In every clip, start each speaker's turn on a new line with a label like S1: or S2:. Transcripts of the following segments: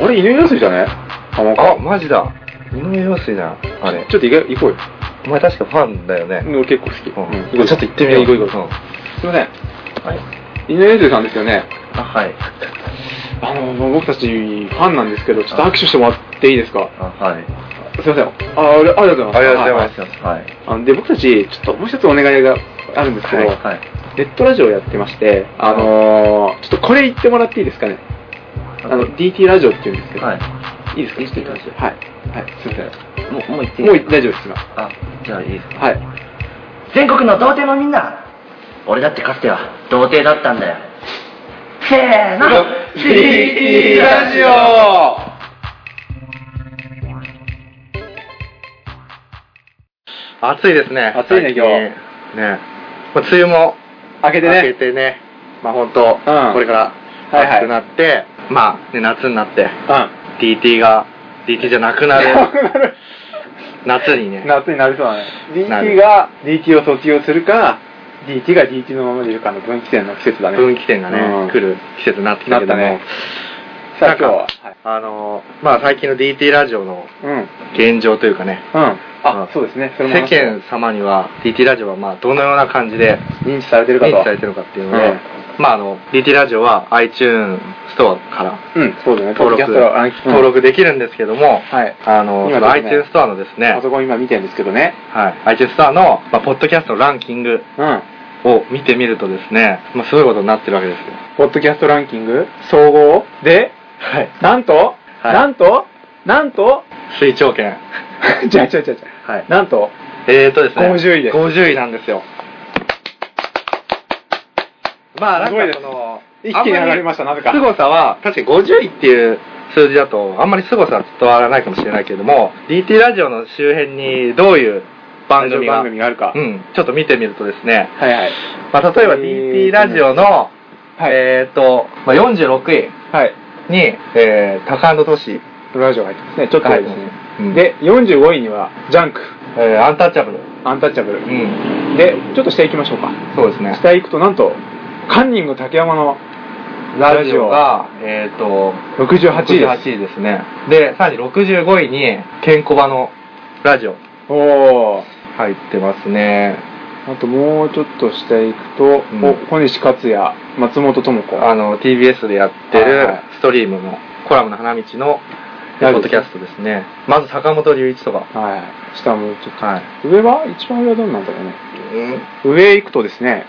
S1: 俺、犬用水じゃね浜
S2: あ、
S1: 川。
S2: マジだ。井上陽水な、あれ。
S1: ちょっと行け行こうよ。
S2: お前確かファンだよね。
S1: 俺結構好き。
S2: うん
S1: 行こ
S2: ちょっと行ってみよう
S1: 行こう行こう。
S2: うん
S1: すいません。
S2: はい。
S1: 犬用水さんですよね。
S2: あ、はい。
S1: あの、僕たちファンなんですけど、ちょっと握手してもらっていいですか
S2: あ、はい。
S1: すいません。あ、ありがとうございます。
S2: ありがとうございます
S1: は。
S2: はい。
S1: あので、僕たち、ちょっともう一つお願いがあるんですけ
S2: はい。
S1: ど、
S2: はい。
S1: ネットラジオやってまして、あのー、ちょっとこれ言ってもらっていいですかね。あの、DT ラジオって言うんですけど、
S3: はい。
S1: いいですか
S3: DT ラジオ
S1: はい。はい、すいま
S3: もう、もう行っ
S1: せ
S3: て
S1: ん。もう大丈夫です、今。
S3: あ、じゃあいいですか。
S1: はい。
S3: 全国の童貞のみんな俺だってかつては童貞だったんだよ。せーの
S1: DT ラジオ
S2: 暑いですね。
S1: 暑いね今日
S2: ね。ねまあ梅雨も
S1: 開けて
S2: 明け
S1: ね。
S2: てね、まあ本
S1: うん
S2: 当、これか
S1: は
S2: ら
S1: いはい
S2: 暑くなって、まあ、ね、夏になって、
S1: う
S2: DT が、DT じゃなくな る
S1: る。
S2: 夏にね、
S1: 夏になりそうだね。
S2: な
S1: DT
S2: る
S1: が DT を卒業するか、DT が DT のままでいるかの分岐点の季節だね。
S2: 分岐点がね、
S1: うん
S2: 来る季節になってきたけども、
S1: なったねさあ
S2: なん
S1: 今日
S2: か
S1: は。はい
S2: あのー、まあ最近の DT ラジオの
S1: うん。うん。
S2: 現状というかね、
S1: あ
S2: う、ん
S1: そうですね。そ
S2: 世
S1: れも話して
S2: 間様には DT ラジオはまあどのような感じで
S1: 認知されてるか
S2: 認
S1: と。
S2: 知されてるのかっていうので、
S1: うん
S2: まああの、DT ラジオは iTunes ストアから
S1: うん、そうだね。ポッ
S2: 登録、
S1: ドキャストはあの
S2: 登録できるんですけども、
S1: はい。
S2: あの、
S1: 今です
S2: その
S1: ね
S2: iTunes ストアのですね、
S1: パソコン今見てるんですけどね。
S2: はい、iTunes ストアの、まあ、ポッドキャストのランキング
S1: うん。
S2: を見てみるとですね、まあ、すごいことになってるわけですよ。
S1: ポッドキャストランキング総合で、
S2: はい。
S1: なんと、
S2: はい
S1: なんと、なんと、
S2: 水長券。
S1: じゃあじゃあじゃあじゃ
S2: は
S1: あ。。なんと、
S2: えーとですね、
S1: 50位です
S2: 50位なんですよ。まあ、なん
S1: すごいで
S2: か
S1: す
S2: その、
S1: 一気に上がりました、なぜか。
S2: 凄さは、確かに50位っていう数字だと、あんまり凄さは伝わらないかもしれないけれども、DT ラジオの周辺にどういう番組が、
S1: 番組があるか。
S2: うん、ちょっと見てみるとですね、
S1: はいはい。
S2: まあ、例えば
S1: えー
S2: DT ラジオの、
S1: はい。
S2: えーと、まあ、46位
S1: はい。
S2: に、えー、タカアンドトシ、
S1: ラジオが入ってますね。ちょっと多いです
S2: は
S1: ね
S2: い。うん
S1: で、45位には、ジャンク、
S2: えーアンタッチャブル。
S1: アンタッチャブル。
S2: ん。
S1: で、ちょっと下行きましょうか。
S2: そうですね。
S1: 下行くと、なんと、カンニング竹山の
S2: ラジオが、えっ、と、
S1: 68位です。
S2: 8位ですね。で、さらに65位に、ケンコバのラジオ
S1: おー。
S2: 入ってますね。
S1: あともうちょっと下行くと、
S2: うん
S1: お小西克也、松本智子。
S2: あの、TBS でやって
S1: はいは
S2: る
S1: い
S2: ストリームのコラムの花道の、え
S1: ラジオ
S2: ーポッドキャストですね。まず坂本龍一とか。
S1: はい。下もうちょっ
S2: はい。
S1: と。上は一番上はどうなんだろうね。上行くとですね、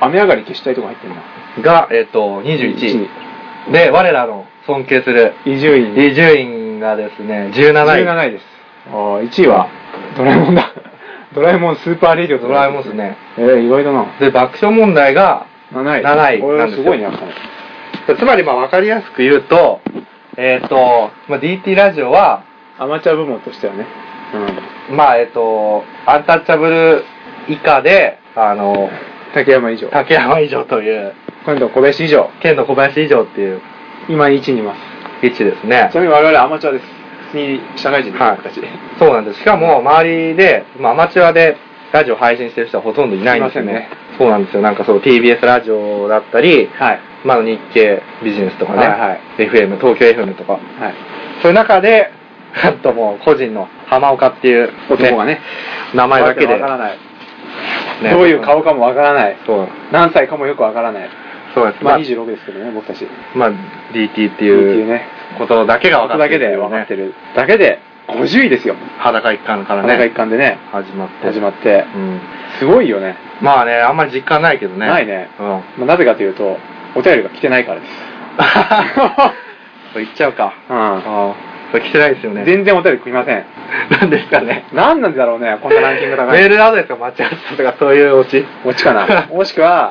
S1: お、雨上がり消したいとこ入ってるな。
S2: が、えっ、と、21位。で、我らの尊敬する、
S1: 位。伊集院。
S2: 伊集院がですね、17位。
S1: 17位です。あー1位は、ドラえもんだ。 ドラえもんスーパーレディオ
S2: ドラえもんです。ね。
S1: えー、意外だな。
S2: で、爆笑問題が、
S1: 7位。
S2: 7位
S1: これ
S2: な
S1: は
S2: んです
S1: す
S2: よ
S1: ごいね、やっぱり。
S2: つまりまあ分かりやすく言うと、えっ、と、まあ、DT ラジオは、
S1: アマチュア部門としてはね。うん。
S2: まあえっ、と、アンタッチャブル以下で、あの、
S1: 竹山以上。
S2: 竹山以上という、
S1: 今度は小林以上。
S2: 剣の小林以上っていう
S1: 今1位にいます。
S2: 位置ですね
S1: ち。なみに我々アマチュアです。普通に社会人です、
S2: はい
S1: 僕たち。
S2: そうなんです。しかも、周りで、まあ、アマチュアでラジオ配信してる人はほとんどいないんですよ
S1: い
S2: ね。
S1: ませんね
S2: そうなんですよ。なんかそう、TBS ラジオだったり、
S1: はい。
S2: まあ、日経ビジネスとかね、
S1: はいはい
S2: FM、東京 FM とか、
S1: はい。
S2: そういう中で、 あともう個人の浜岡っていう、
S1: 男がね、
S2: 名前だけで、
S1: わからない。
S2: ね
S1: どういう顔かもわからない。
S2: そう
S1: 何歳かもよくわからない。
S2: そうです、
S1: ま
S2: ま
S1: あ
S2: あ、
S1: 26ですけどね、僕たち。って
S2: まあ、DT っていう
S1: ね。
S2: ことだけが分か
S1: こ
S2: っ
S1: だ
S2: て
S1: け
S2: る、
S1: で分かってる。だけで、50位ですよ。
S2: 裸一貫から
S1: なんか一
S2: ね
S1: 貫でね、
S2: 始まって
S1: 始まって。
S2: うん、
S1: すごいよね。
S2: まあねあんまり実感ないけどね
S1: ないね。
S2: うん
S1: まあなぜかというと、お便りが来てないからです。
S2: それ言っちゃうか
S1: う
S2: あそれ来てないですよね
S1: ん。全然お便り来ません。
S2: なんですかね
S1: 何なんだろうね、こんなランキング高
S2: メー
S1: い。
S2: ルアドレスが間違ってたとかそういうオチ
S1: もしか な。もしくは、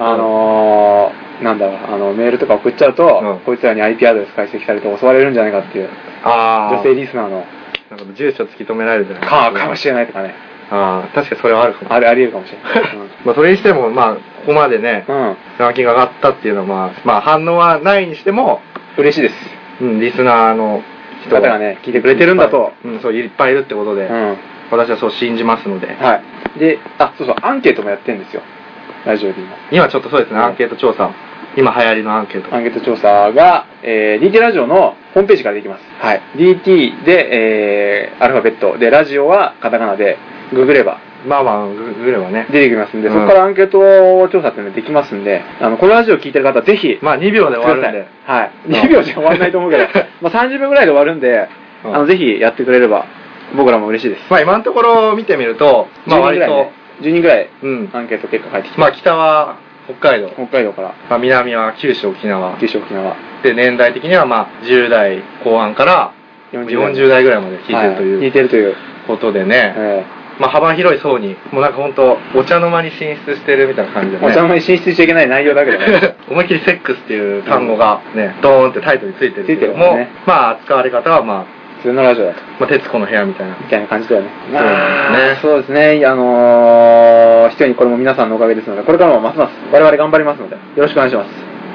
S1: あのー、なんだろう、あの、メールとか送っちゃうと、
S2: うん
S1: こいつらに IP アドレス解析されて襲われるんじゃないかっていう、
S2: ああ
S1: 女性リスナーの、
S2: なんか住所突き止められるじゃないです
S1: か、かもしれないとかね。
S2: ああ確かにそれはあるかも
S1: あれ、あり得るかもしれ ない。
S2: まあそれにしてもまあここまでね
S1: うん。うん。
S2: ランキング上がったっていうのはまあ、まあ、反応はないにしても
S1: 嬉しいです。
S2: うん、リスナーの人
S1: 方がね聞いてくれてるんだと
S2: いっぱいうん、そういっぱいいるってこと
S1: う
S2: で、
S1: ん。
S2: 私はそう信じますので、
S1: はい。で、あ、そうそう、アンケートもやってんですよ。ラジオで今。
S2: 今ちょっとそうですね、
S1: うん
S2: アンケート調査今流行りのアンケート。
S1: アンケート調査が、えー DT ラジオのホームページからできます。はい。DT で、えーアルファベット。で、ラジオはカタカナで、ググれば
S2: まあまあ、ググればね。
S1: 出てきますんで、
S2: うん
S1: そこからアンケート調査っていうのができますんで、あの、このラジオ聞いてる方はぜひ、
S2: まあ2秒で終わるん
S1: くだ
S2: で。
S1: さいはい。
S2: うん
S1: 2秒じゃ終わらないと思うけど、 まあ30秒ぐらいで終わるんで、
S2: うん
S1: あの、ぜひやってくれれば、僕らも嬉しいです。
S2: まあ今のところ見てみると、まあ
S1: 10人
S2: 割
S1: ぐらい、ね
S2: と、、
S1: 10人ぐらい
S2: うん。
S1: アンケート結果返ってきて、
S2: まあ北は北海道、
S1: 北海道から
S2: まあ南は九州、沖縄
S1: 九。州沖縄、
S2: で、年代的にはまあ10代後半から40代ぐらいまで聞いてると
S1: はい
S2: い
S1: 聞いうてるという。
S2: ことでね、
S1: え
S2: まあ幅広い層に、もうなんか本当お茶の間に進出してるみたいな感じ
S1: え
S2: で
S1: お茶の
S2: ね。
S1: 間に進出しちゃいけない内容だけどね。
S2: 思いっきりセックスっていう単語がね、ドーンってタイトルについてるけど
S1: ついてる
S2: も、
S1: ね
S2: まあ扱われ方はまあ、
S1: 普通のラジオだと。
S2: まあ、徹子の部屋みたいな。
S1: みたいな感じだよね。
S2: そうですね
S1: そうですね。あのー、非常にこれも皆さんのおかげですので、これからもますます我々頑張りますので、よろしくお願いします。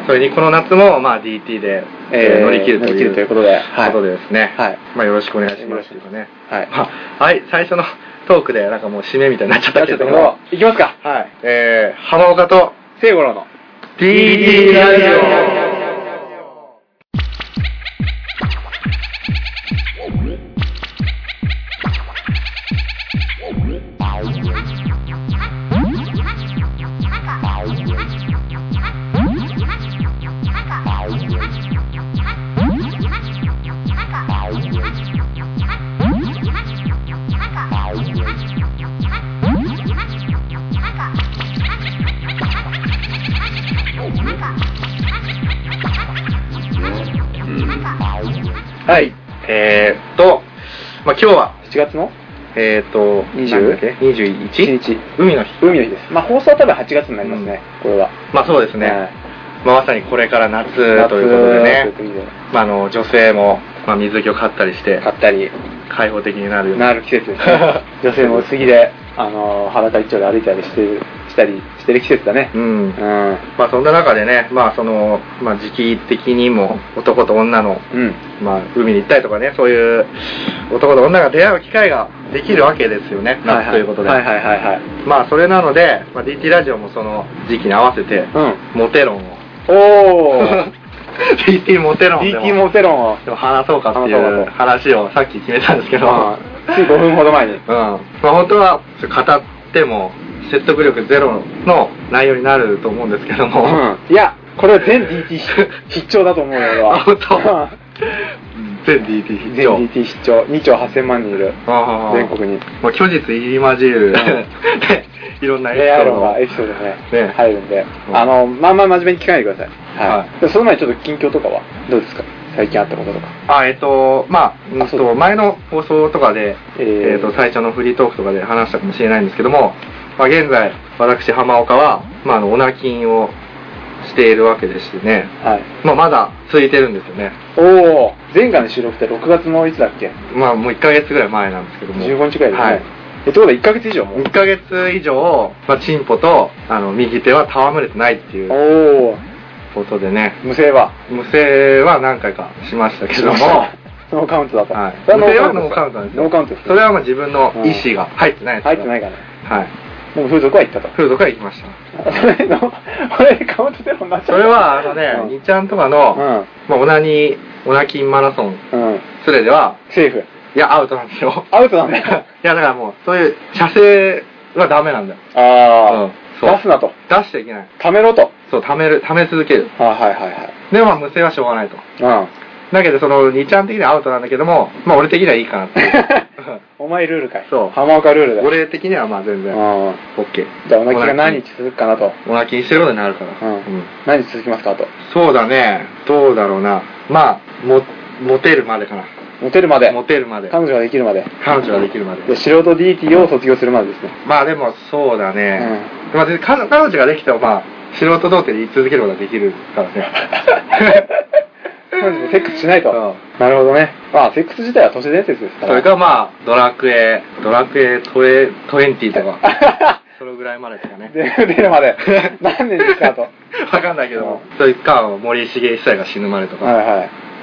S2: それにこの夏も、まあ、DT で、えー乗り切ると
S1: 乗り切
S2: い
S1: る
S2: う
S1: ということで。はい。
S2: ことでですね、
S1: はい。
S2: まあ、よろしくお願いしますというかね、
S1: はい。
S2: まあ、はい、最初のトークでなんかもう締めみたいになっちゃっ
S1: じゃ
S2: た
S1: あちょ
S2: け
S1: っと
S2: ど
S1: こ
S2: も、
S1: ういきますか。
S2: はい、えー、浜岡と
S1: 聖五郎の。
S2: DT ラジオはい、えーっと、まあ、今日は、
S1: 7月の
S2: えーっと、
S1: 20
S2: なんだっけ
S1: 1
S2: 21?
S1: 日。
S2: 海の日。
S1: 海の日です。まあ放送は多分8月になりますね、これは。
S2: まあそうですね、
S1: はい
S2: まあ、まさにこれから夏ということで
S1: 夏
S2: ね
S1: と、いうこ
S2: まあ、あの女性も、まあ、水着を買ったりし
S1: と
S2: て
S1: で買ったり、
S2: 開放的になるような
S1: なる季節です ね。女性も薄着で、あのー、裸一丁で歩いたりしてる、したりしてる季節だね
S2: う。ん
S1: うん。
S2: まあそんな中でね、まあその、まあ時期的にも男と女の、
S1: うん。
S2: まあ海に行ったりとかね、そういう男と女が出会う機会ができるわけですよね、夏ということで。
S1: はいはいはいはい。
S2: まあそれなので、まあ、DT ラジオもその時期に合わせて、
S1: うん。
S2: モテ論 を、
S1: お
S2: DT モテ論で
S1: DT
S2: も
S1: モテロンを、
S2: でも話そうかって
S1: 話
S2: い
S1: そう
S2: う
S1: かと
S2: 話をさっき決めたんですけど、
S1: まあつい5分ほど前に。
S2: うん、まあ、本当は語っても説得力ゼロの内容になると思うんですけども、
S1: いや、これは全 DT 必聴だと思うよ、俺は。
S2: あ 本当全 DT
S1: 全 DT 必聴。2兆8000万人いる。全
S2: 全
S1: 国に。
S2: もう虚実入り混じる、
S1: ん
S2: でいろんなエピ
S1: レア
S2: ソー
S1: ロ
S2: ド
S1: ン
S2: が
S1: がエピソードね、
S2: ね
S1: 入るんで、
S2: うん
S1: あの、まあまあ真面目に聞かないでください。はい。
S2: は
S1: でその前にちょっと近況とかは、どうですか最近あったこととか。
S2: あえっ、とまあ、うん
S1: あそう
S2: と前の放送とかで、
S1: えー
S2: えっと最初のフリートークとかで話したかもしれないんですけども、まあ、現在私浜岡は、まあ、あのオナキンをしているわけでしてね、
S1: はい。
S2: まあ、まだ続いてるんですよね
S1: おお前回の収録って6月のいつだっけ
S2: まあもう1ヶ月ぐらい前なんですけども
S1: ?15 日くらいですね。
S2: はい
S1: え、ってことは1ヶ月以上もう
S2: 1ヶ月以上、まあ、チンポとあの右手は戯れてないっていう
S1: おお
S2: ことでね
S1: 無声は
S2: 無声は何回かしましたけども、
S1: ノーカウントだと。
S2: はい、
S1: それ
S2: 無声はノーカウントなんですよ
S1: ノーカウントです。
S2: それはまあ自分の意思が入ってないです
S1: 入ってないいからね。
S2: はい
S1: でも風俗は行った と。
S2: 風俗は行きました
S1: それの、これカウントゼロになっちゃった。
S2: それはあのね、にちゃんとかの、
S1: う
S2: まあ、オナニーオナキンマラソン
S1: ん。うん。うん。
S2: それでは
S1: セーフ。
S2: いやアウトなんですよ
S1: アウトなんだよ
S2: いやだからもうそういう射精はダメなんだよ
S1: あ
S2: そう
S1: 出すなと。
S2: 出しちゃいけない
S1: ためろと。
S2: そう貯める貯め続ける
S1: あはいはいはい。
S2: でまあ無声はしょうがないと
S1: うん。
S2: だけどその2ちゃん的にはアウトなんだけどもまあ俺的にはいいか なっていう
S1: お前ルールかい。
S2: そう
S1: 浜岡ルールだよ。
S2: 俺的にはまあ全
S1: う
S2: 然
S1: ん。
S2: OK
S1: じゃあ、おなきが何日続くかなと。
S2: おなきにしてることになるから、
S1: うん何日続きますかと。
S2: そうだねどうだろうなまあもモテるまでかな
S1: モテるまで。
S2: モテるまで
S1: 彼女ができるまで。
S2: 彼女ができるまで
S1: で素人 DT を卒業するまでですね。
S2: まあでもそうだね、まあ、別に彼彼女ができてもまあ素人童貞で言い続けることができるからね
S1: 彼女とセックスしないと。
S2: う
S1: なるほどね。まあ、セックス自体は都市伝説ですか
S2: そ
S1: ら。
S2: れかまあドラクエドラクエトエ20と かそれぐらいまでですかね
S1: で出るまで。何年です かと。は
S2: わかんないけども、そういうか、森重久が死ぬまでとか、
S1: いはい。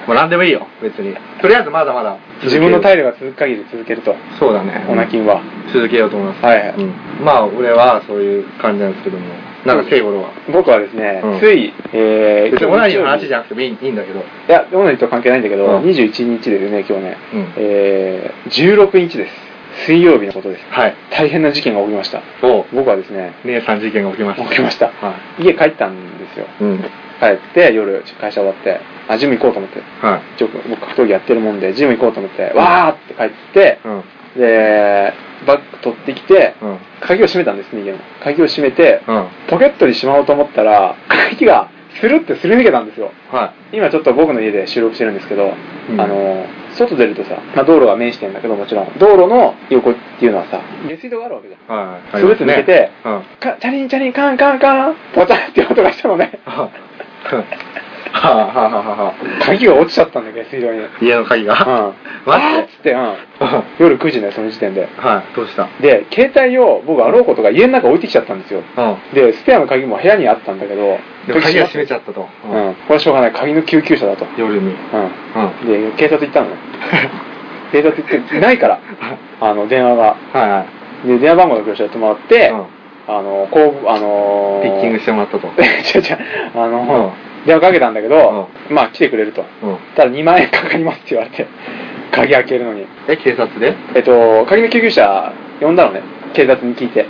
S2: もう何でもいいよ、別に。とりあえずまだまだ。
S1: 自分の体力が続く限り続けると。
S2: そうだね。
S1: オナキンは。
S2: 続けようと思います。
S1: はいはい
S2: うんまあ、俺はそういう感じなんですけども。なんか、聖五郎は。
S1: 僕はですね、
S2: うん
S1: つい、えー、
S2: 別にオナニーの話じ
S1: ゃ
S2: ゃなくてもいいいいんだけど。
S1: いや、オナニーとは関係ないんだけど、
S2: うん
S1: 21日ですね、今日ね、
S2: うん
S1: えー、16日です。水曜日のことです。
S2: はい。
S1: 大変な事件が起きました。
S2: お
S1: 僕はですね、
S2: 姉さん事件が起きました。
S1: 起きました
S2: は
S1: 家帰ったんですよ。
S2: い。うん。
S1: 帰って、夜、会社終わって、あ、ジム行こうと思って、
S2: はい。
S1: 一応僕格闘技やってるもんで、ジム行こうと思って、わーって帰って、
S2: うん。
S1: で、バッグ取ってきて、
S2: うん。
S1: 鍵を閉めたんですね、家の。鍵を閉めて、
S2: うん。
S1: ポケットにしまおうと思ったら、鍵がスルってすり抜けたんですよ。
S2: は
S1: 今ちょっと僕の家で収録してるんですけど、
S2: うん
S1: あの、外出るとさ、まあ、道路は面してんだけどもちろん、道路の横っていうのはさ、下水道があるわけじゃん。
S2: い。はい。
S1: スルって抜けて、
S2: うん。うん。
S1: かチャリンチャリンカンカンカン、ポチャンって音がしたのね。
S2: はあはあはあはあはあ
S1: 鍵が落ちちゃったんだけど、水道に。うん。
S2: 家の鍵が。
S1: わー
S2: 待
S1: っ
S2: っ
S1: つ
S2: て。
S1: って、うん。
S2: は
S1: 夜9時ね、その時点で。
S2: い。どうした
S1: で、携帯を僕、あろうことが家の中置いてきちゃったんですよ。
S2: うん。
S1: で、スペアの鍵も部屋にあったんだけど、
S2: でも鍵が閉めち
S1: ゃ
S2: ゃったと。
S1: う。うん。これはしょうがない。鍵の救急車だと。
S2: 夜に。
S1: う
S2: うん。
S1: ん。で、警察行ったの。警察行って、ないから、あの、電話が。
S2: はいはい。
S1: で、電話番号の教えてもらって、
S2: うん
S1: あの、こう、あのー、
S2: ピッキングしてもらったと。う
S1: て。 違う違う。あの、
S2: う
S1: 電話かけたんだけど、まあ、来てくれると。
S2: ん。
S1: ただ2万円かかりますって言われて、鍵開けるのに。
S2: え、警察で
S1: えっと、鍵の救急車呼んだのね、警察に聞いて、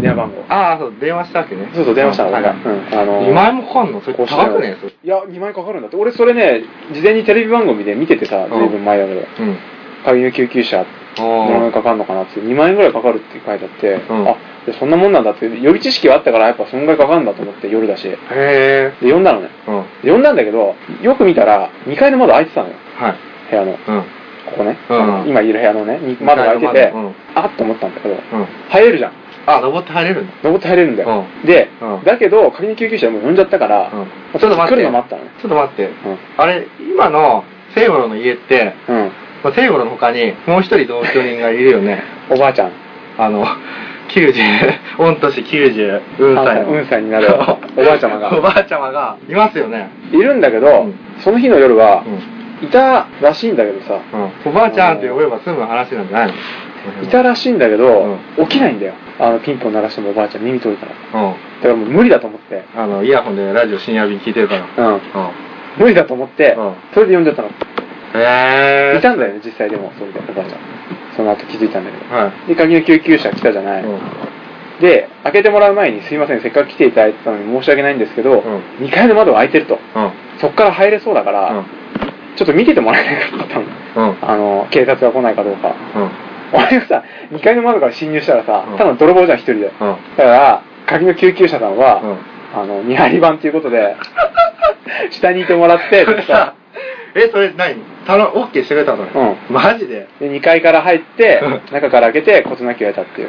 S1: 電話番号。
S2: ああ、そう、電話したわけね。
S1: そうそう、電話したの、
S2: は
S1: ないん
S2: は
S1: か、
S2: い
S1: うん、あのー
S2: 2万円もかかんのそれ高くねそれ。
S1: いや、2万円かかるんだって、俺、それね、事前にテレビ番組で見ててさ、
S2: ん
S1: ずいぶん前だけど、
S2: うん。
S1: 鍵の救急車、何万
S2: あ
S1: 円かかるのかなって、2万円ぐらいかかるって書いてあって、
S2: うん
S1: あでそんなもんなんだって、予備知識はあったから、やっぱそんぐらいかかるんだと思って、夜だし、で、
S2: あ。へえ。
S1: 呼んだのね。
S2: うん。
S1: で呼んだんだけど、よく見たら、2階の窓開いてたのよ、
S2: はい。
S1: 部屋の、こ
S2: うん。
S1: こね、
S2: うん
S1: あの今いる部屋のね、に窓が開いてて、
S2: うんうん
S1: あっと思ったんだけど、
S2: うん。
S1: 入れるじゃん。
S2: あ、登って入れるんだ。
S1: 登って入れるんだよ、
S2: う
S1: で、
S2: うん
S1: だけど仮に救急車もう呼んじゃったから、
S2: うん
S1: まあ
S2: ちょっと待って
S1: 来るの待ったのね
S2: ちょっと待って。
S1: うん
S2: あれ、今の、聖五郎の家って、
S1: うん
S2: まあ、聖五郎の他に、もう一人同居人がいるよね。
S1: おばあちゃん
S2: あの、90、御年90、うん歳の。
S1: うん歳にな るおばあちゃまが
S2: おばあちゃまが、いますよね。
S1: いるんだけど、
S2: うん
S1: その日の夜は
S2: う、ん。
S1: いたらしいんだけどさ、
S2: うん。おばあちゃんって呼べば済む話なんじゃないの
S1: いたらしいんだけど、
S2: う
S1: 起きないんだよあのピンポン鳴らしてもおばあちゃん耳遠いからだ
S2: うん。
S1: からもう無理だと思って
S2: あの、イヤホンでラジオ深夜便聞いてるから。
S1: うん
S2: うん。
S1: 無理だと思って、
S2: うん
S1: それで呼んじゃったの、
S2: へー。
S1: いたんだよね実際でもそれでおばあちゃんその後気づいたんだけど、
S2: は。
S1: で鍵の救急車来たじゃないい、
S2: うん。
S1: で開けてもらう前にすいませんせっかく来ていただいてたのに申し訳ないんですけど、
S2: うん
S1: 2階の窓が開いてると
S2: うん。
S1: そこから入れそうだから、
S2: うん
S1: ちょっと見ててもらえないかと思ったの
S2: うん。
S1: あの警察が来ないかどうか
S2: うん。
S1: 俺がさ2階の窓から侵入したらさ、
S2: うん
S1: ただの泥棒じゃん一人でだ
S2: うん。
S1: から鍵の救急車さんは、
S2: うん
S1: あの見張り番ということ で下にいてもらって
S2: それ さ、え、それ何たの、オッケーしてくれたの
S1: う
S2: マジで
S1: で2階から入って
S2: うん
S1: 中から開けて事なきを得たっていう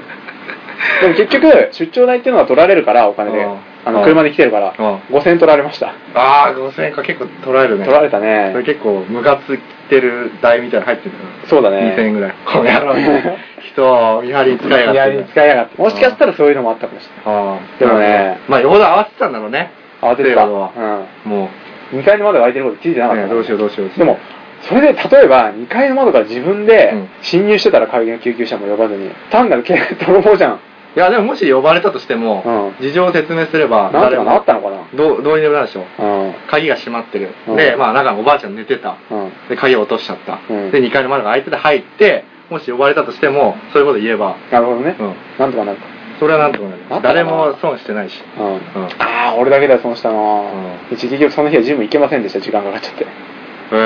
S1: でも結局出張代っていうのは取られるからお金で
S2: うん
S1: あの
S2: うん
S1: 車で来てるから
S2: う
S1: 5000取られました
S2: ああ、5000円か結構取られるね。
S1: 取られた
S2: た。それ
S1: ね
S2: 結構、ムカついてる台みたいなの入ってるか ら。
S1: そうだ
S2: 2000円
S1: ね
S2: ぐらい。この野郎、 人を見張りに使いやがって。
S1: いや使いやがってもしかしたらそういうのもあったかもしれない
S2: ああ。
S1: でもね
S2: まあ、よほど合わせてたんだろうね。
S1: 慌ててた、
S2: というこ
S1: う
S2: とは
S1: ん、
S2: も
S1: 2階の窓が開いてること気づいてなか
S2: う、
S1: ったか
S2: ね
S1: ら
S2: どうしようどうしよう。
S1: でも、それで例えば2階の窓から自分で
S2: うん
S1: 侵入してたら鍵の救急車も呼ばずに単なる警泥棒じゃん
S2: いや、でももし呼ばれたとしても、
S1: う
S2: 事情を説明すれば、
S1: なんとかなったのかな
S2: どうどうにでもなるでしょ。
S1: うん
S2: 鍵が閉まってる。
S1: うん
S2: で、まあ、中のおばあちゃん寝てた。
S1: うん
S2: で、鍵を落としちゃった。
S1: うん
S2: で、2階の窓が開いてて入って、もし呼ばれたとしても、そういうこと言えば、
S1: なるほどね、
S2: うん
S1: なんとかなる
S2: それはなんとかなる
S1: な。んとかな
S2: 誰も損してないし。
S1: うん、
S2: うん。
S1: ああ俺だけだよ損したの、
S2: う
S1: うち結局その日はジム行けませんでした時間かかっちゃって、あ
S2: へ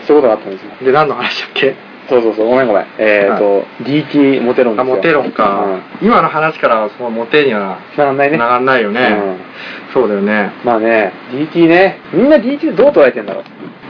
S1: ーそういうことがあったんですよ
S2: え。で、何の話だっけ
S1: そうそうそうごめんごめんえっ、ー、と、DT モテロンで
S2: あ、
S1: すよ
S2: モテ論か。今の話からは、そのモテには
S1: うん、つながんないね
S2: 繋がんないよね。
S1: うん
S2: そうだよね。
S1: まあね DT ねみんな DT ってどう捉えてんだろ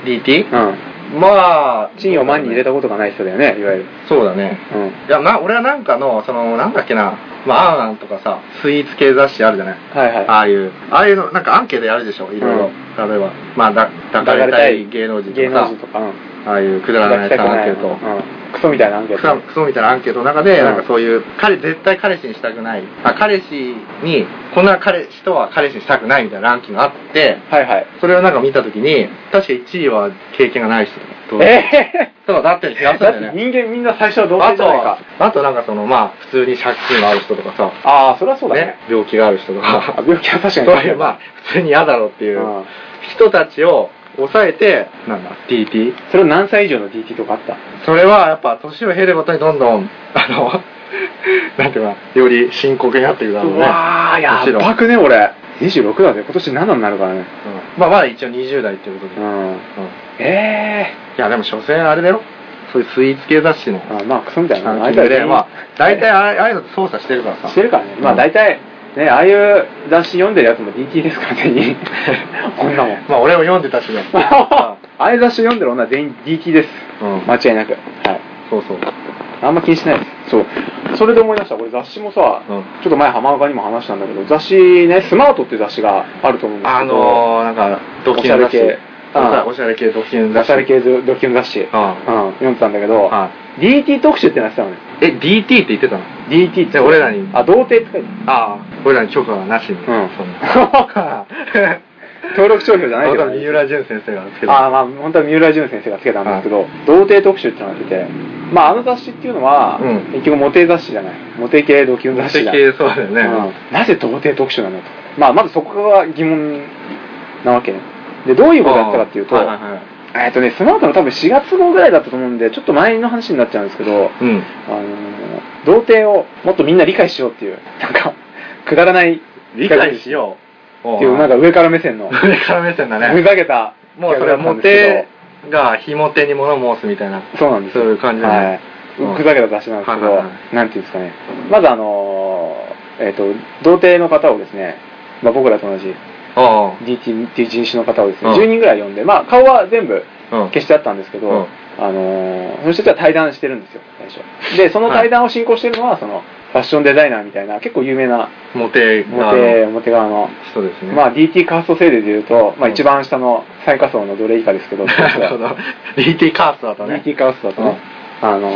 S1: う
S2: DT?
S1: うん
S2: まあ、
S1: 賃を万に入れたことがない人だよねいわゆる
S2: そうだね。
S1: うん
S2: いや、な、俺はなんかの、その、なんだっけな、まあ、アーアンとかさ、スイーツ系雑誌あるじゃない。
S1: はいはい
S2: ああいう、ああいうの、なんかアンケートやるでしょ、いろいろ。例えば、まあ、だ抱かれたい芸能人
S1: 芸
S2: と
S1: 能
S2: か
S1: 人とか、うん、
S2: さ、ああいうくだらないさアンケート。
S1: うん、クソみたいなアンケー
S2: クソ
S1: ト
S2: クソみたいなアンケートの中で、
S1: うん
S2: なんかそういう、彼、絶対彼氏にしたくない。あ、彼氏に、こんな彼氏とは彼氏にしたくないみたいなランキングがあって、
S1: はいはい
S2: それをなんか見たときに、確か1位は経験がない人とかどう
S1: え
S2: そうだって違
S1: ー、
S2: う
S1: だ
S2: だ
S1: っ
S2: よ
S1: て
S2: ね。
S1: 人間みんな最初は同
S2: あ
S1: 性じゃないか
S2: と、あとなんかその、まあ、普通に借金がある人とかさ、
S1: ああそれはそうだね
S2: ね、病気がある人と
S1: あ
S2: か、
S1: 病気は確か
S2: そう
S1: に
S2: いう、まあ、普通に嫌だろうっていう
S1: うん
S2: 人たちを抑えて、なんだ、DT?
S1: それは何歳以上の DT とかあった
S2: それはやっぱ、年を経るごとにどんどん、あの、 なんていうか、より深刻になっていくだろうね。
S1: ーや
S2: もちろん
S1: ばくね俺26だね今年7になるからね
S2: うんまあ、まだ一応20代っていうことで。
S1: う
S2: うん
S1: ん
S2: い
S1: え
S2: や、でも、所詮あれだよ。そういうスイーツ系雑誌の
S1: えー、あまあクソみたいな
S2: ランキングで、まあ、大体
S1: あ
S2: あああいうのって操作してるからさ。
S1: してるからねまあ
S2: うん
S1: 大体ねああいう雑誌読んでるやつも DT ですから 全員こんなもん
S2: まあ、俺も読んでたしね。
S1: ああいう雑誌読んでる女は全員 DT です
S2: うん
S1: 間違いなくはい
S2: そうそう。
S1: あんま気にしないですそうそれで思い出した俺雑誌もさ、
S2: うん
S1: ちょっと前浜岡にも話したんだけど雑誌ねスマートっていう雑誌があると思うんですけど
S2: あのー、なんか、ドキュン雑誌。
S1: おしゃれ系
S2: おしゃ
S1: うん
S2: おしゃれ系ドキュ
S1: ダシャレ
S2: ン雑誌。
S1: 系ドキュン雑誌、
S2: うん
S1: うん、読んでたんだけど、
S2: は
S1: DT 特集ってなってたのね
S2: い。え、DT って言ってたの
S1: DT って
S2: で俺らに
S1: あ童貞って書いて
S2: ああ、俺らに許可はなしに。
S1: ん
S2: そんな。
S1: 登録商標じゃないけど
S2: だから三浦淳先生がつけた。
S1: あーまあ本当は三浦淳先生がつけたんですけど、童貞特集ってなっててまああの雑誌っていうのは、
S2: うん
S1: 結局モテ雑誌じゃないモテ系ドキュン雑誌
S2: 私
S1: だ
S2: 系そうだよね。
S1: うんなぜ童貞特集なのと、まあ、まずそこが疑問なわけねでどういうことだったかっていうと、
S2: はいはいはい
S1: えっとね、スマートの多分4月号ぐらいだったと思うんでちょっと前の話になっちゃうんですけど、
S2: うん。
S1: あのー童貞をもっとみんな理解しようっていうなんかくだらない
S2: 理解しよう。
S1: っていうなんか上から目線のふ
S2: 上から目線だね。
S1: ざけた
S2: もうそれはモテが非モテに物申すみたいな。
S1: そうなんですよ
S2: そういう感じだ
S1: は
S2: ね
S1: い
S2: うん
S1: ふざけた雑誌なんですけど、
S2: はいはいは
S1: なんていうんですかねまずあのーえっ、と童貞の方をですね、まあ、僕らと同じ
S2: あ
S1: DT っていう人種の方をですね、
S2: うん
S1: 10人ぐらい呼んで、まあ、顔は全部
S2: あ。うん。
S1: 消してあったんですけど、
S2: うん
S1: あのーその人たちは対談してるんですよ最初でその対談を進行してるのは、そのファッションデザイナーみたいな結構有名な
S2: モテ側
S1: 表
S2: の
S1: 表側の、
S2: 人ですね。
S1: まあ、DT カースト制度でいうと、まあ、
S2: うん
S1: 一番下の最下層の奴隷以下ですけど、
S2: なるほど。DT カーストだとね。
S1: DT カーストだとね、あの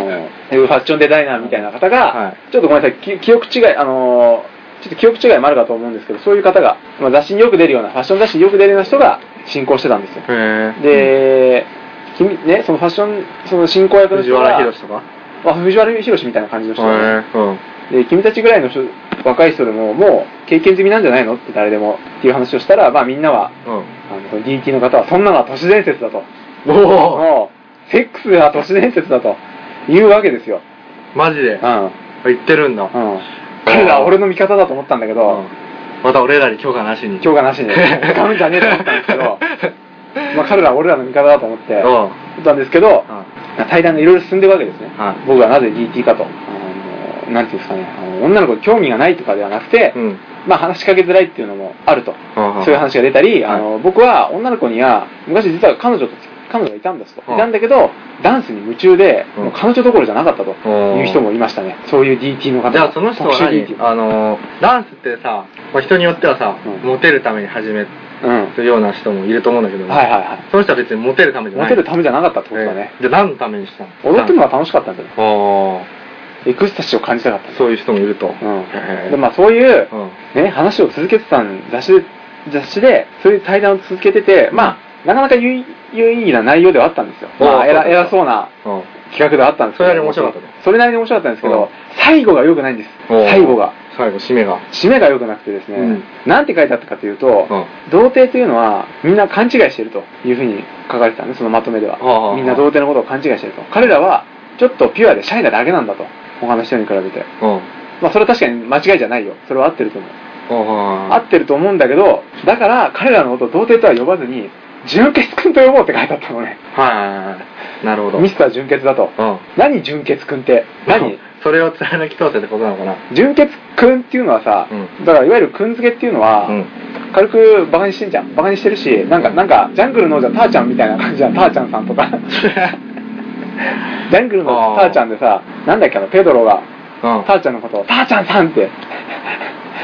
S1: ーいうファッションデザイナーみたいな方が、
S2: はい
S1: ちょっとごめんなさいき記憶違いあのーちょっと記憶違いもあるかと思うんですけどそういう方が、まあ、雑誌によく出るようなファッション雑誌によく出るような人が進行してたんですよ
S2: へえ。
S1: で、君ね、そのファッション、その進行役の
S2: 藤
S1: 人が
S2: 原宏とか
S1: あ藤原宏みたいな感じの人で
S2: へえうん。
S1: で君たちぐらいの人若い人でも、もう経験済みなんじゃないのって誰でもっていう話をしたら、まあ、みんなは、
S2: うん。
S1: あのその DT の方は、そんなのは都市伝説だと、
S2: おお
S1: もうセックスは都市伝説だというわけですよ、
S2: マジで
S1: うん、うん、
S2: 言ってるんだ。
S1: 彼らは俺の味方だと思ったんだけ
S2: う
S1: ど
S2: ん、また俺らに許可なしに。
S1: 今日がな しに、使うんじゃねえと思ったんですけど、まあ、彼らは俺らの味方だと思って、
S2: うん。
S1: 思ったんですけど、
S2: うん
S1: 対談がいろいろ進んでいくわけですね、
S2: はい
S1: 僕はなぜ DT かと、あのなんていうんですかね、あの女の子に興味がないとかではなくて、
S2: うん。
S1: まあ、話しかけづらいっていうのもあると、
S2: うん
S1: そういう話が出たり、
S2: はい
S1: あの僕は女の子には、昔、実は彼女と彼女がいたんですと、
S2: うん
S1: いたんだけど、ダンスに夢中で、
S2: うん
S1: もう彼女どころじゃなかったと
S2: うん
S1: いう人もいましたね、そういう DT の方、
S2: じゃあその人は
S1: 特
S2: 何
S1: 殊 DT
S2: あのー、ダンスってさ、まあ人によってはさ、
S1: うん
S2: モテるために始め
S1: うん、はい
S2: るような人もいると思うんだけど、
S1: はいは
S2: その人は別にモテるため
S1: い、
S2: じゃな
S1: モ
S2: い。
S1: テるためじゃなかったってことだね
S2: え、えじゃあ何のためにしたの
S1: 踊ってるのが楽しかったんじゃない
S2: あ
S1: エクスタシーを感じたかったん
S2: あ
S1: だ
S2: そういう人もいると。
S1: う
S2: へ
S1: ん、
S2: え
S1: でまあそういう
S2: う、ん
S1: ね、話を続けてたん雑誌で雑誌でそういう対談を続けてて、まあ、なかなか有意有意義な内容ではあったんですよ、
S2: おう
S1: まあ、偉
S2: そうですか
S1: 偉そうな
S2: うん
S1: 企画ではあったんですけど
S2: それなりに面白かったね
S1: それなりに面白かったんですけ
S2: う
S1: ど
S2: ん
S1: 最後が良くないんです
S2: おー
S1: 最後が
S2: 最後、締めが。
S1: 締めが良くなくてですね、
S2: うん
S1: なんて書いてあったかというと、
S2: うん
S1: 童貞というのはみんな勘違いしているというふうに書かれてたんですそのまとめでは
S2: ああああ
S1: みんな童貞のことを勘違いしていると彼らはちょっとピュアでシャイなだけなんだと他の人に比べて
S2: うん。
S1: まあそれは確かに間違いじゃないよそれは合ってると思う
S2: あ
S1: 合ってると思うんだけどだから彼らのことを童貞とは呼ばずに純潔くんと呼ぼうって書いてあったのね
S2: はいはいはい。なるほど。
S1: ミスター純潔だと
S2: うん。
S1: 何純潔くんって何
S2: それを貫き通せってことなのかな。
S1: 純潔くんっていうのはさ、
S2: う
S1: だからいわゆるくん付けっていうのは、
S2: うん。
S1: 軽くバカにしてんじゃんバカにしてるしなんかなんかジャングルの王者ターちゃんみたいな感じじゃんターちゃんさんと かジャングルの王者ターちゃんでさなんだっけあのペドロが
S2: うん。
S1: ターちゃんのことをターちゃんさんって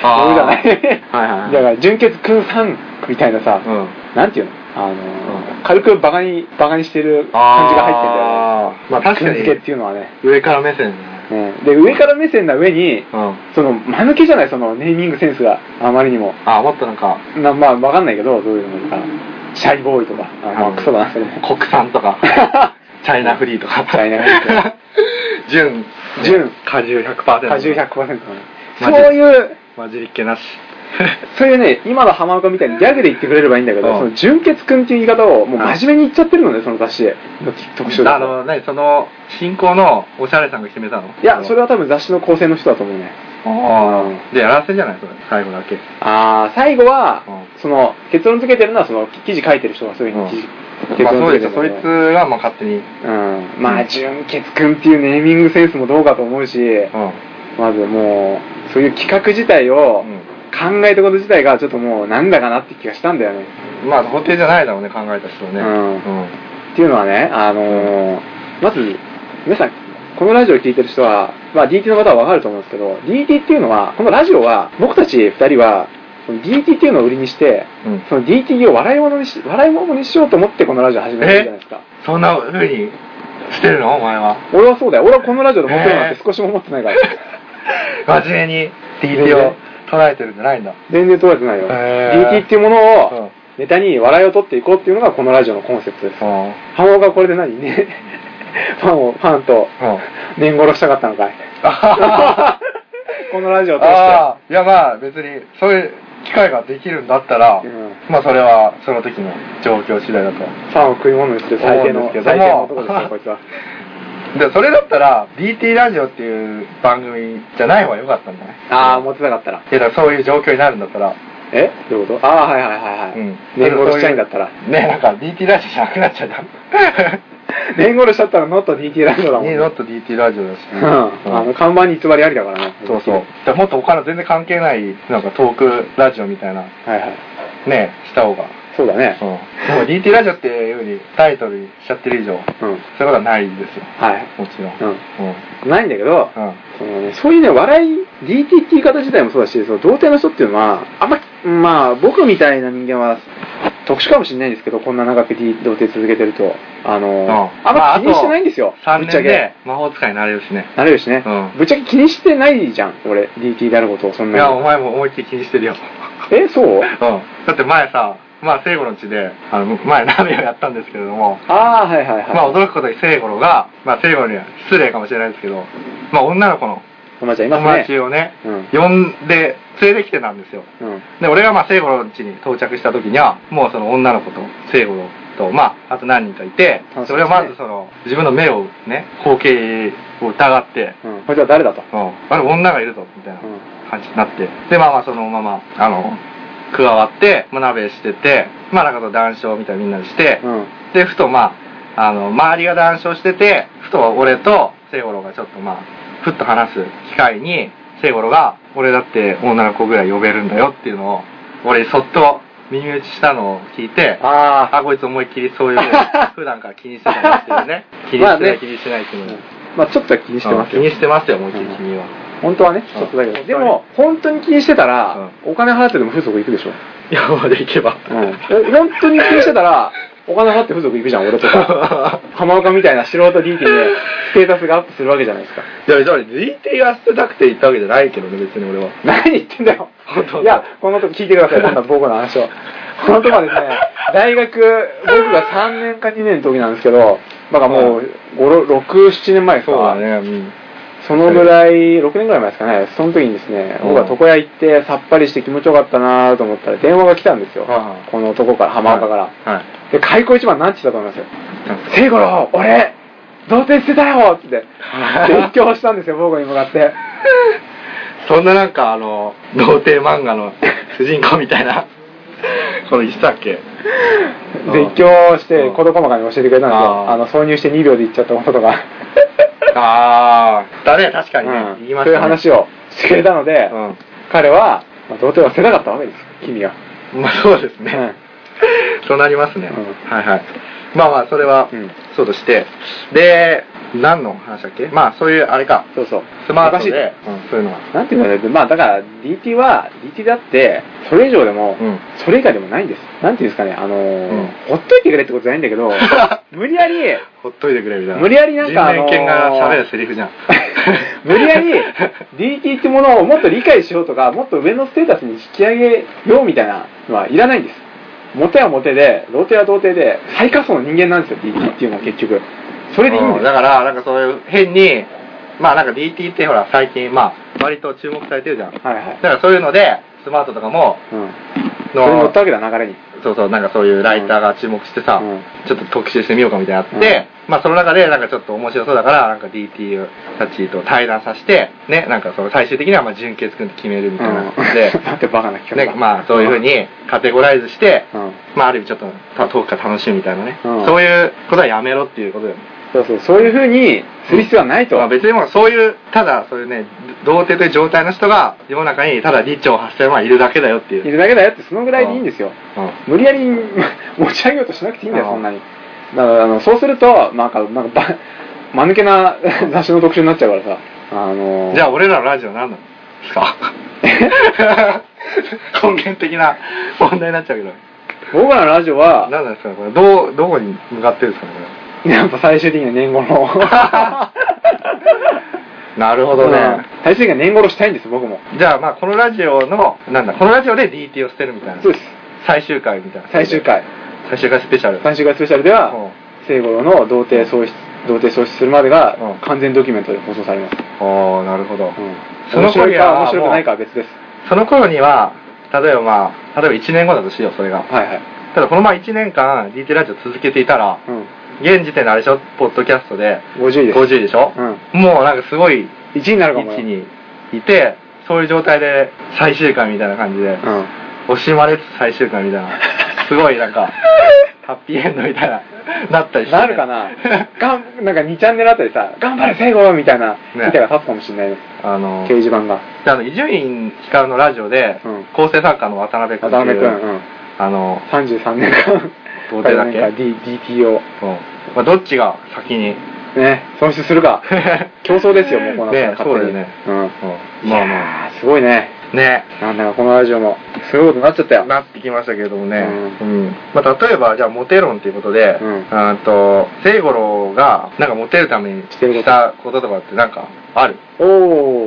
S2: あー
S1: そうじゃない
S2: はいはいはい
S1: だから純潔くんさんみたいなさ、
S2: うん
S1: なんていうのあのー、
S2: う
S1: 軽くバカにバカにしてる感じが入ってんだよね
S2: あーまあ確か
S1: 君付けっ
S2: に
S1: ていうのはね、
S2: 上から目線だね。
S1: うんで上から目線な上に
S2: うん。
S1: その間抜けじゃないそのネーミングセンスがあまりにも
S2: あ、もっとなんか、
S1: なまあ わかんないけどどういうのかなシャイボーイとかあまあクソだなそれも
S2: 国産とか。チャイナフリーとか。
S1: チャイナフリーとか。
S2: 純。
S1: 純
S2: 果汁100%。
S1: 果汁100%
S2: マジ
S1: そういう
S2: 混じりっ気なし。
S1: そういうね今の浜岡みたいにギャグで言ってくれればいいんだけど、
S2: うん
S1: その純潔くんっていう言い方をもう真面目に言っちゃってるのねその雑誌で特集で
S2: あの、何その、進行のおしゃれさんが決めたの
S1: いやそれは多分雑誌の構成の人だと思うね
S2: ああ。で、やらせじゃないそれ。最後だけ。
S1: ああ最後は、
S2: う
S1: その結論付けてるのはその記事書いてる人がそういうふうに記事、
S2: まあ
S1: 結
S2: そ
S1: 論
S2: う
S1: 付
S2: です
S1: け
S2: よ。
S1: て
S2: そ
S1: る
S2: い
S1: のね
S2: つはもう勝手に。うん。
S1: うん、まあ純潔くんっていうネーミングセンスもどうかと思うし、まずもうそういう企画自体を考えたこと自体がちょっともうなんだかなって気がしたんだよね
S2: うんまあ、法廷じゃないだろうね、考えた人はね。
S1: うん
S2: うん。
S1: っていうのはね、あのーまず、皆さん、このラジオを聞いてる人は、まあ、DT の方はわかると思うんですけど、DT っていうのは、このラジオは、僕たち二人は、その DT っていうのを売りにして、
S2: うん。
S1: その DT を笑い物にし、笑い物にしようと思ってこのラジオを始めたじゃないですか。
S2: そんな風にしてるのお前 は。
S1: 俺はそうだよ。俺はこのラジオで面白いなん
S2: え
S1: て
S2: ー
S1: 少しも思ってないから。
S2: 真面目に DT を捉えてるんじゃないんだ。
S1: 全然取れてないよ。
S2: えー
S1: DT っていうも
S2: う
S1: のを
S2: ん。
S1: ネタに笑いを取っていこうっていうのがこのラジオのコンセプトです。
S2: うん。
S1: ハモがこれで何ね ファンを、ファンと
S2: うん。
S1: 年殺したかったのかい。
S2: あ
S1: このラジオを通して。
S2: あ、いやまあ別に、そういう機会ができるんだったら、
S1: うん
S2: まあそれはその時の状況次第だと。
S1: ファンを食い物にする最低の
S2: 思うんですけども
S1: 最低の男ですよこいつは
S2: で、それだったら、DT ラジオっていう番組じゃない方が良かったんじゃない
S1: ああモテたかったら
S2: いやだからそういう状況になるんだったら、
S1: えどういうことああはいはいはいはい、
S2: うん
S1: 年頃しちゃいんだったら
S2: ね、なんか DT ラジオじゃなくなっちゃうじゃん。
S1: 年頃しちゃったらノット DT ラジオだもん
S2: ね、
S1: ね
S2: ノット DT ラジオだし。
S1: うん、あの看板に偽りありだからね
S2: そうそう。だからもっと他の全然関係ない、なんかトークラジオみたいな、
S1: はいはい
S2: ね、した方が。
S1: そうだね
S2: うん。でも DT ラジオっていうふうにタイトルにしちゃってる以上、
S1: うん、
S2: そういうことはないですよ。
S1: はい
S2: もちろん。
S1: うん
S2: うん。
S1: ないんだけど、
S2: うん。
S1: そのね、そういうね笑い DT って言い方自体もそうだしその童貞の人っていうのはあんままあ僕みたいな人間は特殊かもしれないですけどこんな長く D 童貞続けてるとあの、
S2: うん
S1: あんま気にしてないんですよ、
S2: 3
S1: ぶっちゃけ
S2: 年で魔法使いになれるしね。
S1: なれるしね、
S2: うん
S1: ぶっちゃけ気にしてないじゃん俺 DT であることをそん
S2: い
S1: な
S2: や、
S1: に
S2: お前も思いっきり気にしてるよ。
S1: え そう
S2: うん。だって前さ、まあ、聖五の地で、あの、前鍋をやったんですけれども、
S1: ああはいはいはい、
S2: まあ、驚くことに聖五郎が、まあ、聖五郎には失礼かもしれないですけど、まあ、女の子の
S1: お前ちゃんい
S2: 友
S1: ますね
S2: 達をね、
S1: うん
S2: 呼んで、連れてきてたんですよ。
S1: うん
S2: で、俺がまあ、聖五の家に到着した時には、もうその女の子と聖五と、まあ、あと何人かいて、
S1: そうですね
S2: それをまずその、自分の目をね、光景を疑って、
S1: うんこいつは誰だと
S2: うん、あれ女がいるぞ、みたいな
S1: うん
S2: 感じになって、で、まあまあ、そのまま、あの、加わって、まあ、鍋してて、まあ、なんかと談笑みたいなみんなでして、
S1: うん
S2: で、ふとまあ、あの、周りが談笑してて、ふと俺と聖五郎がちょっとまあ、ふっと話す機会に、聖五郎が、俺だって女の子ぐらい呼べるんだよっていうのを、俺にそっと耳打ちしたのを聞いて、あ
S1: ああ
S2: こいつ思いっきりそう いうのを普段から気にしてたなっていうね。気に
S1: まあ
S2: してな
S1: ね
S2: い、気にしてないっていうのを。
S1: まあちょっとは気にしてます
S2: うん
S1: よ
S2: 気にしてますよ、思いっきり君は。
S1: 本当はねちょっとだけど、でも本当に気にしてたら、お金払ってでも風俗行くでしょ、
S2: いや、まで行けば。
S1: うん、え本当に気にしてたらお金払って風俗行くじゃん俺と か浜岡みたいな素人 DT でステータスがアップするわけじゃないですか
S2: いや、じゃあ、DT が捨てたくて行ったわけじゃないけどね、別に俺は。
S1: 何言ってんだよ
S2: 本当だ
S1: いやこのとこ聞いてくだ さいこんな僕の話をこのとこはですね大学僕が3年か2年の時なんですけどだからもう67年前ですか
S2: そうだね、うん。
S1: そのぐらい6年ぐらい前ですかねその時にですね
S2: うん
S1: 僕が床屋行ってさっぱりして気持ちよかったなと思ったら電話が来たんですよ
S2: は
S1: この男から浜岡から、
S2: はい。
S1: で開口一番なんて言ったと思いますよ
S2: なん
S1: 「聖五郎俺童貞してたよ!」って勉強したんですよ僕に向かって
S2: そんななんかあの童貞漫画の主人公みたいなこのいつだっけうん
S1: 絶叫して
S2: うん
S1: 事細かに教えてくれたんです
S2: あ
S1: よ
S2: ー
S1: あの挿入して2秒でいっちゃったこととか、
S2: ああだね確かにね、
S1: うん
S2: 言いま
S1: そういう
S2: した、ね、
S1: 話をしてくれたので、彼は、まあ、童貞は捨てなかったわけですよ君が、
S2: うんまあそうですね、そうなりますね、
S1: うん
S2: はいはいまあまあそれは
S1: うん
S2: そうとして、で何の話だっけまあそういうあれか
S1: そうそう
S2: スマート
S1: 昔
S2: で、うんそういうのは
S1: なんていうんだろうまあだから DT は DT だってそれ以上でも、
S2: うん
S1: それ以下でもないんですなんていうんですかねあのー
S2: うん
S1: ほっといてくれってことじゃないんだ けど無理やり
S2: ほっといてくれみたいな
S1: 無理やりなんかあ
S2: 人
S1: のー
S2: 面犬が喋るセリフじ ゃん
S1: 無理やり DT ってものをもっと理解しようとかもっと上のステータスに引き上げようみたいなのはいらないんですモテはモテで童貞は童貞で最下層の人間なんですよ DT っていうのは結局それでいいん
S2: う
S1: で
S2: ん
S1: す
S2: だから、なんかそういう変に、まあなんか DT ってほら最近、まあ割と注目されてるじゃん。だ
S1: はいはい。
S2: からそういうので、スマートとかも、
S1: うん。それに乗
S2: の
S1: ったわけだ、流れに。
S2: そうそう、なんかそういうライターが注目してさ、
S1: うん
S2: ちょっと特集してみようかみたいなのあって、まあその中でなんかちょっと面白そうだから、なんか DT たちと対談させて、ね、なんかその最終的にはまあ純潔くんって決めるみたいな ので、
S1: うんなんてバカな企
S2: ね
S1: 画だ。、
S2: まあそういうふうにカテゴライズして、
S1: うん。
S2: まあある意味ちょっとたトークが楽しいみたいなね、
S1: うん
S2: そういうことはやめろっていうことだよね。
S1: そうそう、そういうふうにする必要はないと。
S2: まあ、別にもうそういう、ただそういうね、童貞という状態の人が世の中にただ2兆8000万いるだけだよっていう。
S1: いるだけだよって、そのぐらいでいいんですよ。
S2: うん
S1: 無理やり 持ち上げようとしなくていいんだよ、
S2: ああ
S1: そんなに。だから、あの、そうすると、なんか、なんか、ば、間抜けな 雑誌の特集になっちゃうからさ。あのー、
S2: じゃあ俺らのラジオ何なんで すか根源的な問題になっちゃうけど。
S1: 僕らのラジオは、
S2: 何なんですかねこれどう、どこに向かってるんですかねこ
S1: やっぱ最終的には年 頃の。
S2: れなるほどね。
S1: 最終的には年頃したいんです、僕も。
S2: じゃあまあこのラジオの、なんだ、このラジオで DT を捨てるみたいな
S1: そ。うです。
S2: 最終回みたいな。
S1: 最終。回。
S2: 最終回スペシャル。
S1: 最終回スペシャルで
S2: う
S1: は、
S2: ん
S1: 聖五郎の童貞喪失、童貞喪失するまでが
S2: うん
S1: 完全ドキュメントで放送されます。
S2: ああ、なるほど。
S1: うん
S2: その
S1: 面白
S2: 頃
S1: い
S2: に
S1: か
S2: は
S1: 面白くないかは別です。
S2: その頃には、例えばまあ、例えば1年後だとしよう、それが。
S1: はいはい。
S2: ただこのまま1年間 DT ラジオ続けていたら、
S1: うん。
S2: 現時点であれでしょ、ポッドキャストで
S1: 50位です。
S2: 50位でしょ、
S1: うん。
S2: もうなんかすごい
S1: 1位にな
S2: 位
S1: るかもよ。
S2: 置にいて、そういう状態で最終回みたいな感じで、
S1: うん。
S2: 惜しまれつつ最終回みた いな、すごいなんか、ハッピーエンドみたいな、なったりして。
S1: なるかながんなんか2チャンネルあたりさ、頑張れ、聖五郎みたいな、板が立つかもしれないね。
S2: あの
S1: 掲、示板が。
S2: あの伊集院光のラジオで、
S1: うん
S2: 構成作家の渡辺君って
S1: 渡辺
S2: い
S1: く
S2: う、
S1: ん、うん。
S2: あの、
S1: 33年間、
S2: 童貞だっ け
S1: なんか D- DT を、
S2: うんまあ、どっちが先に。
S1: ね、損失するか。競争ですよ、もうこうなったら
S2: ねそう
S1: 勝
S2: だ
S1: 手
S2: よ
S1: に。
S2: ね。
S1: うん。
S2: うんまあま
S1: あーすごいね。
S2: あ。ね。
S1: なんだかこのラジオも、すごいことになっちゃったよ。
S2: なってきましたけれどもね。
S1: う
S2: うんまあ、例えば、じゃあ、モテ論っていうことで、
S1: うん
S2: あーと、聖五郎が、なんかモテるために
S1: してること
S2: したこととかってなんか、ある
S1: お